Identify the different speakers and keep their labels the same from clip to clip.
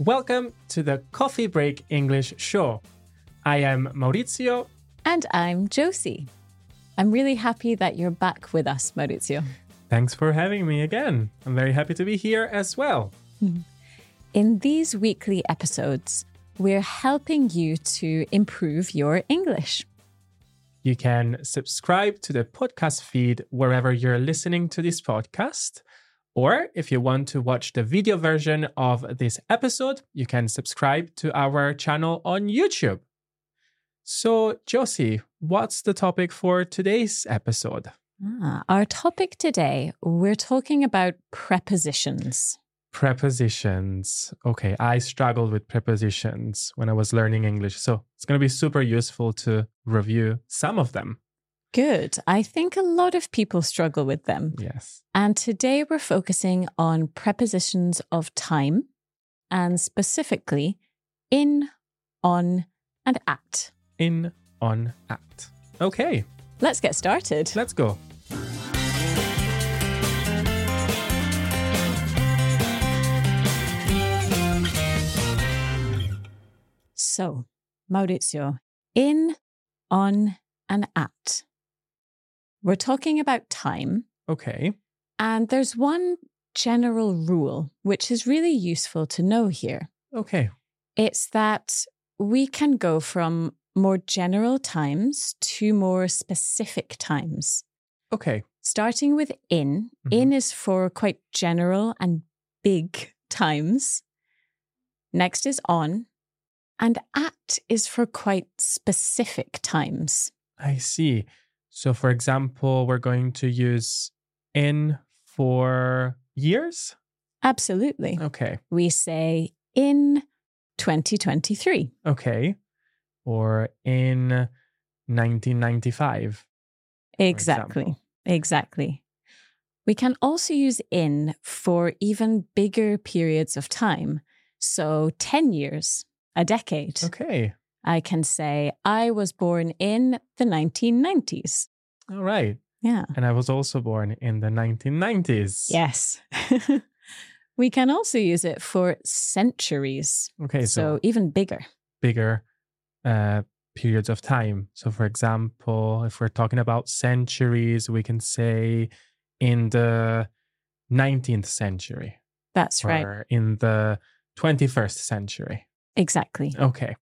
Speaker 1: Welcome to the Coffee Break English Show. I am Maurizio.
Speaker 2: And I'm Josie. I'm really happy that you're back with us, Maurizio.
Speaker 1: Thanks for having me again. I'm very happy to be here as well.
Speaker 2: In these weekly episodes, we're helping you to improve your English.
Speaker 1: You can subscribe to the podcast feed wherever you're listening to this podcast. Or if you want to watch the video version of this episode, you can subscribe to our channel on YouTube. So, Josie, what's the topic for today's episode?
Speaker 2: Ah, our topic today, we're talking about prepositions.
Speaker 1: Prepositions. Okay, I struggled with prepositions when I was learning English. So, it's going to be super useful to review some of them.
Speaker 2: Good. I think a lot of people struggle with them.
Speaker 1: Yes.
Speaker 2: And today we're focusing on prepositions of time and specifically in, on, and at.
Speaker 1: In, on, at. Okay,
Speaker 2: Let's get started.
Speaker 1: let's go.
Speaker 2: So, Maurizio, in, on, and at. We're talking about time,
Speaker 1: Okay.
Speaker 2: and there's one general rule which is really useful to know here.
Speaker 1: Okay.
Speaker 2: It's that we can go from more general times to more specific times.
Speaker 1: Okay.
Speaker 2: Starting with in,
Speaker 1: Mhm.
Speaker 2: in is for quite general and big times. Next is on, and at is for quite specific times.
Speaker 1: I see. So, for example, we're going to use in for years.
Speaker 2: Absolutely.
Speaker 1: Okay.
Speaker 2: We say in 2023,
Speaker 1: Okay. Or in 1995. for
Speaker 2: exactly.
Speaker 1: example.
Speaker 2: Exactly. We can also use in for even bigger periods of time. So 10 years, a decade.
Speaker 1: Okay.
Speaker 2: I can say, I was born in the 1990s.
Speaker 1: All right.
Speaker 2: Yeah.
Speaker 1: And I was also born in the 1990s.
Speaker 2: Yes. we can also use it for centuries.
Speaker 1: Okay. So,
Speaker 2: so even bigger.
Speaker 1: bigger uh, periods of time. So, for example, if we're talking about centuries, we can say in the 19th century.
Speaker 2: That's right.
Speaker 1: or in the 21st century.
Speaker 2: Exactly.
Speaker 1: Okay.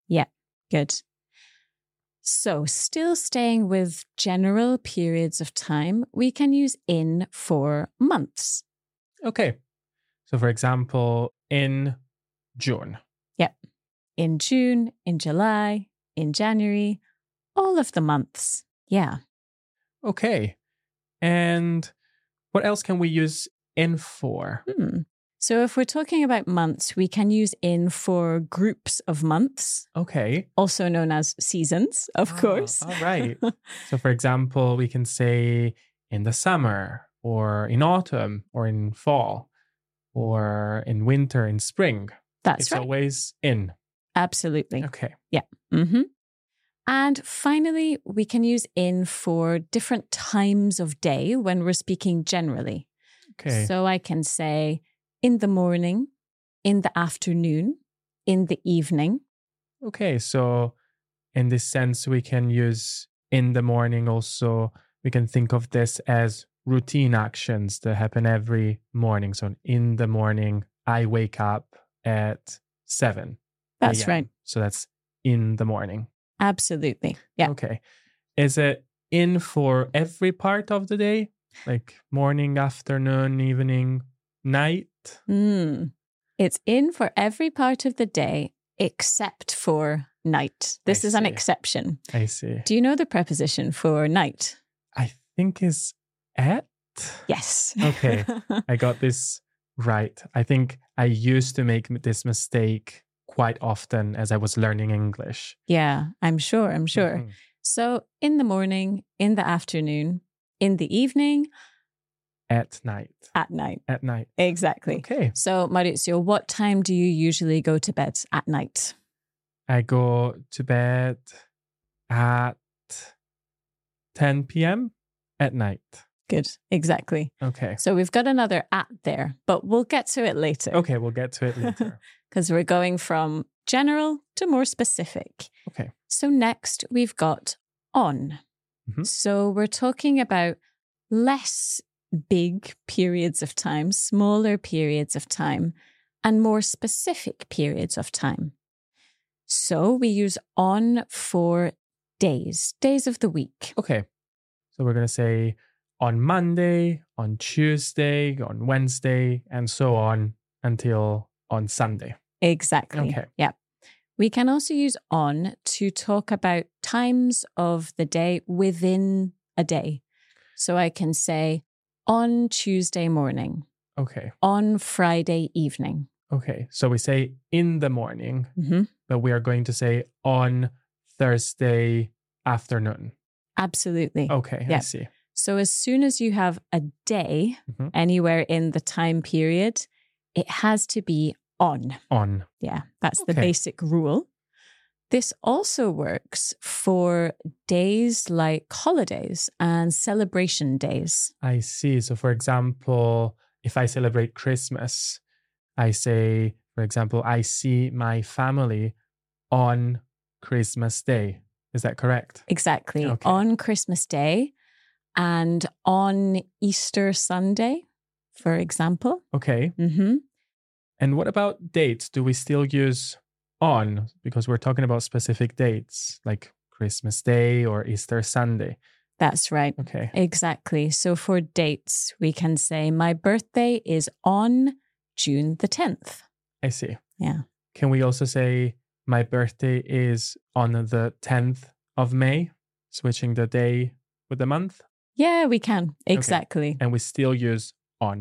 Speaker 2: Good. So, still staying with general periods of time, we can use in for months.
Speaker 1: Okay. So, for example, in June.
Speaker 2: In June, in July, in January, all of the months. Yeah.
Speaker 1: Okay. And what else can we use in for?
Speaker 2: Hmm. So if we're talking about months, we can use in for groups of months,
Speaker 1: Okay.
Speaker 2: also known as seasons, of
Speaker 1: Ah,
Speaker 2: course.
Speaker 1: all right. So, for example, we can say in the summer or in autumn or in fall or in winter, in spring.
Speaker 2: That's
Speaker 1: it's
Speaker 2: right.
Speaker 1: always in.
Speaker 2: Absolutely.
Speaker 1: Okay.
Speaker 2: hmm And finally, we can use in for different times of day when we're speaking generally.
Speaker 1: Okay.
Speaker 2: So I can say in the morning, in the afternoon, in the evening.
Speaker 1: Okay, so in this sense, we can use in the morning also. We can think of this as routine actions that happen every morning. So in the morning, I wake up at 7.
Speaker 2: That's
Speaker 1: AM.
Speaker 2: right.
Speaker 1: So that's in the morning.
Speaker 2: Absolutely. Yeah.
Speaker 1: Okay. Is it in for every part of the day? Like morning, afternoon, evening, night?
Speaker 2: Mm. It's in for every part of the day except for night. This
Speaker 1: I
Speaker 2: is an
Speaker 1: see.
Speaker 2: exception.
Speaker 1: I see.
Speaker 2: Do you know the preposition for night?
Speaker 1: I think is at.
Speaker 2: Yes.
Speaker 1: Okay. I got this Right. I think I used to make this mistake quite often as I was learning English.
Speaker 2: Yeah, I'm sure. I'm sure.
Speaker 1: Mhm.
Speaker 2: So in the morning, in the afternoon, in the evening,
Speaker 1: At night.
Speaker 2: at night.
Speaker 1: At night.
Speaker 2: Exactly.
Speaker 1: Okay.
Speaker 2: So, Maurizio, what time do you usually go to bed at night?
Speaker 1: I go to bed at 10 p.m. at night.
Speaker 2: Good. Exactly.
Speaker 1: Okay.
Speaker 2: So, we've got another at there, but we'll get to it later
Speaker 1: Okay, we'll get to it later.
Speaker 2: because we're going from general to more specific.
Speaker 1: Okay.
Speaker 2: So, next we've got on.
Speaker 1: Mhm.
Speaker 2: So, we're talking about less big periods of time, smaller periods of time, and more specific periods of time. So, we use on for days, days of the week.
Speaker 1: Okay. So we're going to say on Monday, on Tuesday, on Wednesday, and so on until on Sunday.
Speaker 2: Exactly.
Speaker 1: Okay.
Speaker 2: Yeah. We can also use on to talk about times of the day within a day. So I can say on Tuesday morning,
Speaker 1: Okay.
Speaker 2: on Friday evening.
Speaker 1: Okay. So we say in the morning,
Speaker 2: Mm-hmm.
Speaker 1: but we are going to say on Thursday afternoon.
Speaker 2: Absolutely.
Speaker 1: Okay. I
Speaker 2: Yeah.
Speaker 1: see.
Speaker 2: So as soon as you have a day
Speaker 1: Mhm.
Speaker 2: anywhere in the time period, it has to be on.
Speaker 1: On.
Speaker 2: Yeah, that's the
Speaker 1: Okay.
Speaker 2: basic rule. This also works for days like holidays and celebration days.
Speaker 1: I see. So for example, if I celebrate Christmas, I say, for example, I see my family on Christmas Day. Is that correct?
Speaker 2: Exactly.
Speaker 1: Okay.
Speaker 2: On Christmas Day and on Easter Sunday, for example.
Speaker 1: Okay.
Speaker 2: hmm
Speaker 1: And what about dates? Do we still use on because we're talking about specific dates like Christmas Day or Easter Sunday?
Speaker 2: That's right.
Speaker 1: Okay.
Speaker 2: Exactly. So for dates, we can say, My birthday is on June the 10th.
Speaker 1: I see.
Speaker 2: Yeah.
Speaker 1: Can we also say my birthday is on the 10th of May, switching the day with the month?
Speaker 2: Yeah, we can. Exactly.
Speaker 1: And we still use on.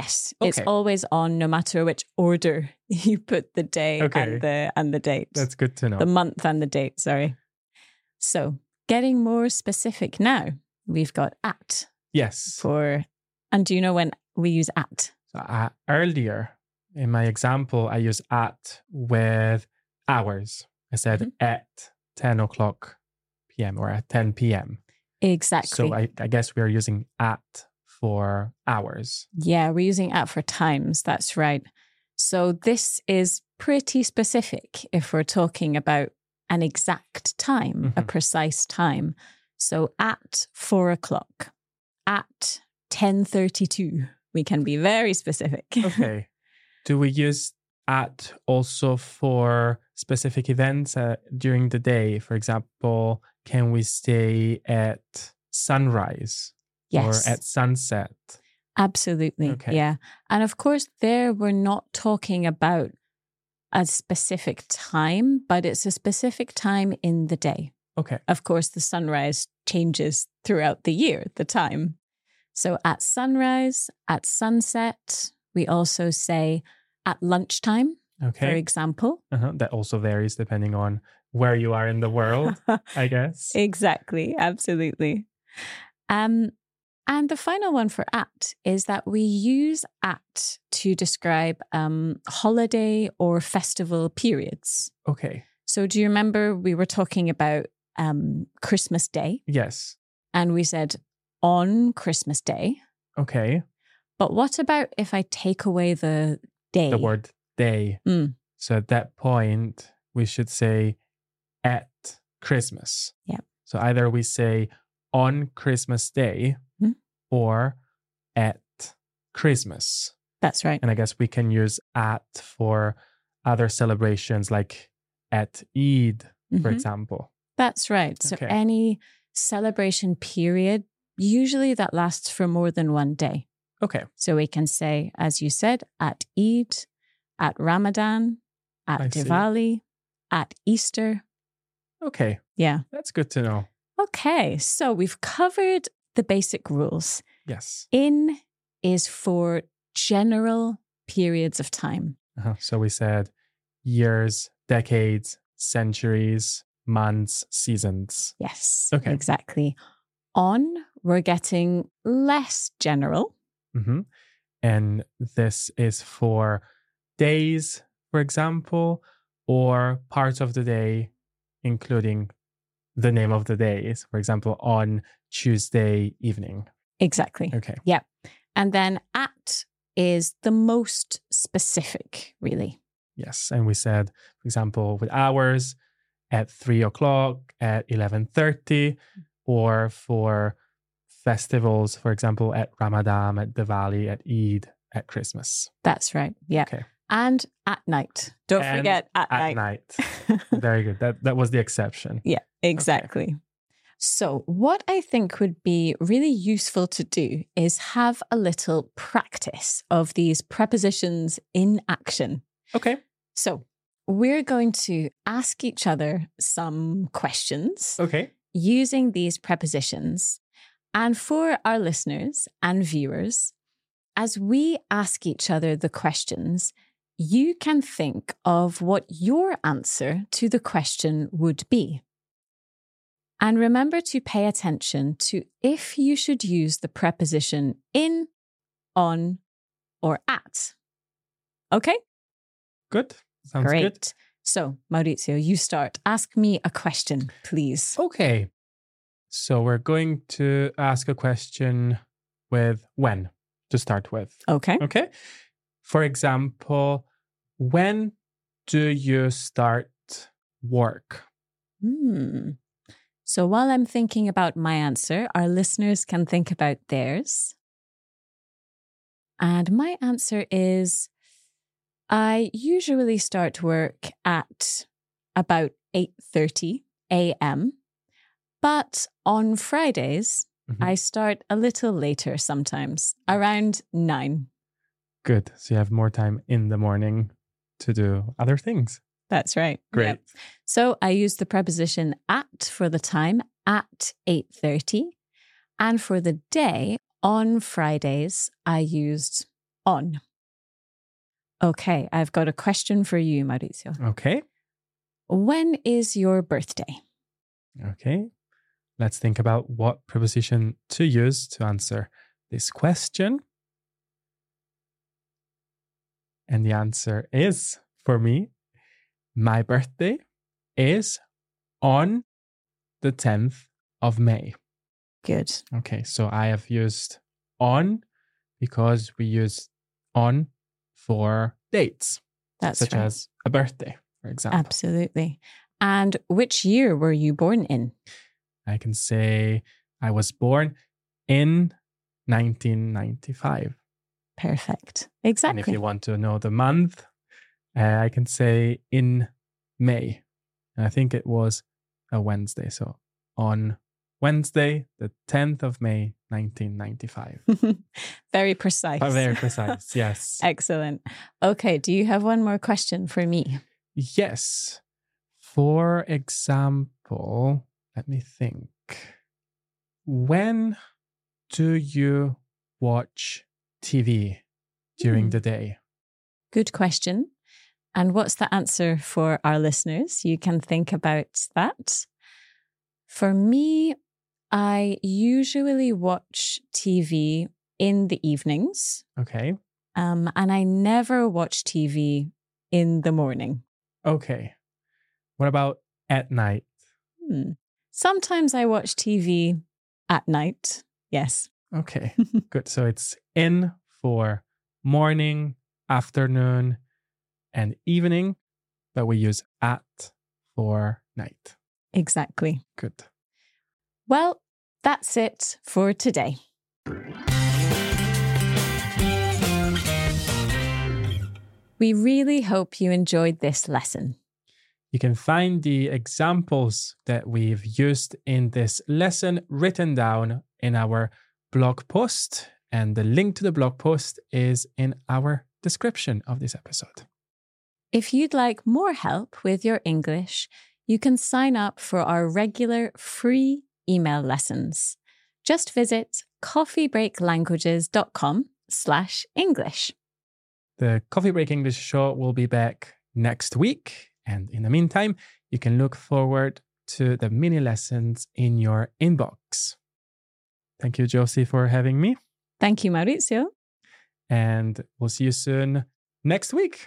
Speaker 2: Yes, it's
Speaker 1: Okay.
Speaker 2: always on, no matter which order you put the day
Speaker 1: Okay.
Speaker 2: and the and the date,
Speaker 1: That's good to know.
Speaker 2: the month and the date. Sorry. So, getting more specific now, we've got at
Speaker 1: yes.
Speaker 2: for, and do you know when we use at?
Speaker 1: So, uh, earlier in my example, I use at with hours. I said
Speaker 2: Mhm.
Speaker 1: at 10 o'clock p.m. or at 10 p.m.
Speaker 2: Exactly.
Speaker 1: So I, I guess we are using at for hours.
Speaker 2: yeah, we're using at for times. That's right. So this is pretty specific if we're talking about an exact time, a
Speaker 1: Mhm.
Speaker 2: precise time. So at four o'clock, at ten thirty-two, we can be very specific.
Speaker 1: Okay. Do we use at also for specific events uh, during the day? For example, can we stay at sunrise
Speaker 2: yes,
Speaker 1: or at sunset?
Speaker 2: absolutely.
Speaker 1: Okay.
Speaker 2: Yeah, and of course, there we're not talking about a specific time, but it's a specific time in the day.
Speaker 1: Okay.
Speaker 2: Of course, the sunrise changes throughout the year, the time. So at sunrise, at sunset, we also say at lunchtime, for
Speaker 1: Okay.
Speaker 2: example.
Speaker 1: Uh-huh. That also varies depending on where you are in the world, I guess.
Speaker 2: exactly, absolutely. Um, and the final one for at is that we use at to describe um, holiday or festival periods.
Speaker 1: Okay.
Speaker 2: So do you remember we were talking about um, Christmas Day?
Speaker 1: Yes.
Speaker 2: and we said on Christmas Day.
Speaker 1: Okay.
Speaker 2: But what about if I take away the day?
Speaker 1: the word day.
Speaker 2: Mm.
Speaker 1: So at that point, we should say at Christmas.
Speaker 2: Yeah.
Speaker 1: So either we say on Christmas Day
Speaker 2: Mhm.
Speaker 1: or at Christmas.
Speaker 2: That's right.
Speaker 1: And I guess we can use at for other celebrations like at Eid, for
Speaker 2: Mhm.
Speaker 1: example.
Speaker 2: That's right. So
Speaker 1: Okay.
Speaker 2: any celebration period, usually that lasts for more than one day.
Speaker 1: Okay.
Speaker 2: So we can say, as you said, at Eid, at Ramadan, at
Speaker 1: I see.
Speaker 2: Diwali, at Easter.
Speaker 1: Okay.
Speaker 2: Yeah.
Speaker 1: That's good to know.
Speaker 2: Okay. So we've covered the basic rules.
Speaker 1: Yes.
Speaker 2: In is for general periods of time.
Speaker 1: Uh-huh. So we said years, decades, centuries, months, seasons.
Speaker 2: Yes.
Speaker 1: Okay.
Speaker 2: Exactly. On, we're getting less general.
Speaker 1: hmm And this is for days, for example, or parts of the day, including the name of the days, for example, on Tuesday evening.
Speaker 2: Exactly.
Speaker 1: Okay.
Speaker 2: And then at is the most specific, really.
Speaker 1: Yes. And we said, for example, with hours at three o'clock, at eleven thirty, or for festivals, for example, at Ramadan, at Diwali, at Eid, at Christmas.
Speaker 2: That's right. Yeah.
Speaker 1: Okay.
Speaker 2: And at night. Don't
Speaker 1: And
Speaker 2: forget at,
Speaker 1: At
Speaker 2: night.
Speaker 1: night. Very good. That that was the exception.
Speaker 2: Exactly. So, what I think would be really useful to do is have a little practice of these prepositions in action.
Speaker 1: Okay.
Speaker 2: So, we're going to ask each other some questions
Speaker 1: Okay.
Speaker 2: using these prepositions. And for our listeners and viewers, as we ask each other the questions, you can think of what your answer to the question would be. And remember to pay attention to if you should use the preposition in, on, or at. Okay?
Speaker 1: Good. Sounds
Speaker 2: Great.
Speaker 1: good.
Speaker 2: So, Maurizio, you start. Ask me a question, please.
Speaker 1: Okay. So we're going to ask a question with when to start with.
Speaker 2: Okay.
Speaker 1: Okay. For example, when do you start work?
Speaker 2: Hmm. So while I'm thinking about my answer, our listeners can think about theirs. And my answer is I usually start work at about 8:30 a.m. But on Fridays,
Speaker 1: Mhm.
Speaker 2: I start a little later sometimes, around 9.
Speaker 1: Good. So you have more time in the morning to do other things.
Speaker 2: That's right.
Speaker 1: Great.
Speaker 2: Yep. So I use the preposition at for the time at 8:30 and for the day on Fridays I used on. Okay, I've got a question for you Maurizio.
Speaker 1: Okay.
Speaker 2: When is your birthday?
Speaker 1: Okay. Let's think about what preposition to use to answer this question. And the answer is for me, my birthday is on the 10th of May.
Speaker 2: Good.
Speaker 1: Okay, so I have used on because we use on for dates,
Speaker 2: That's
Speaker 1: such
Speaker 2: right.
Speaker 1: as a birthday, for example.
Speaker 2: Absolutely. And which year were you born in?
Speaker 1: I can say I was born in 1995.
Speaker 2: Perfect.
Speaker 1: And if
Speaker 2: Exactly.
Speaker 1: you want to know the month, uh, I can say in May. And I think it was a Wednesday. So on Wednesday, the 10th of May, 1995.
Speaker 2: Very precise.
Speaker 1: But very precise, yes.
Speaker 2: Excellent. Okay, do you have one more question for me?
Speaker 1: Yes. For example, let me think. When do you watch TV during
Speaker 2: Hmm.
Speaker 1: the day?
Speaker 2: Good question. And what's the answer for our listeners? You can think about that. For me, I usually watch TV in the evenings,
Speaker 1: Okay.
Speaker 2: um, and I never watch TV in the morning.
Speaker 1: Okay. What about at night?
Speaker 2: Hmm. Sometimes I watch TV at night. Yes.
Speaker 1: Okay. Good. So it's in for morning, afternoon, and evening, but we use at for night.
Speaker 2: Exactly.
Speaker 1: Good.
Speaker 2: Well, that's it for today. We really hope you enjoyed this lesson.
Speaker 1: You can find the examples that we've used in this lesson written down in our blog post. And the link to the blog post is in our description of this episode.
Speaker 2: If you'd like more help with your English, you can sign up for our regular free email lessons. Just visit coffeebreaklanguages.com slash English.
Speaker 1: The Coffee Break English show will be back next week. And in the meantime, you can look forward to the mini lessons in your inbox. Thank you, Josie, for having me.
Speaker 2: Thank you, Maurizio.
Speaker 1: And we'll see you soon next week.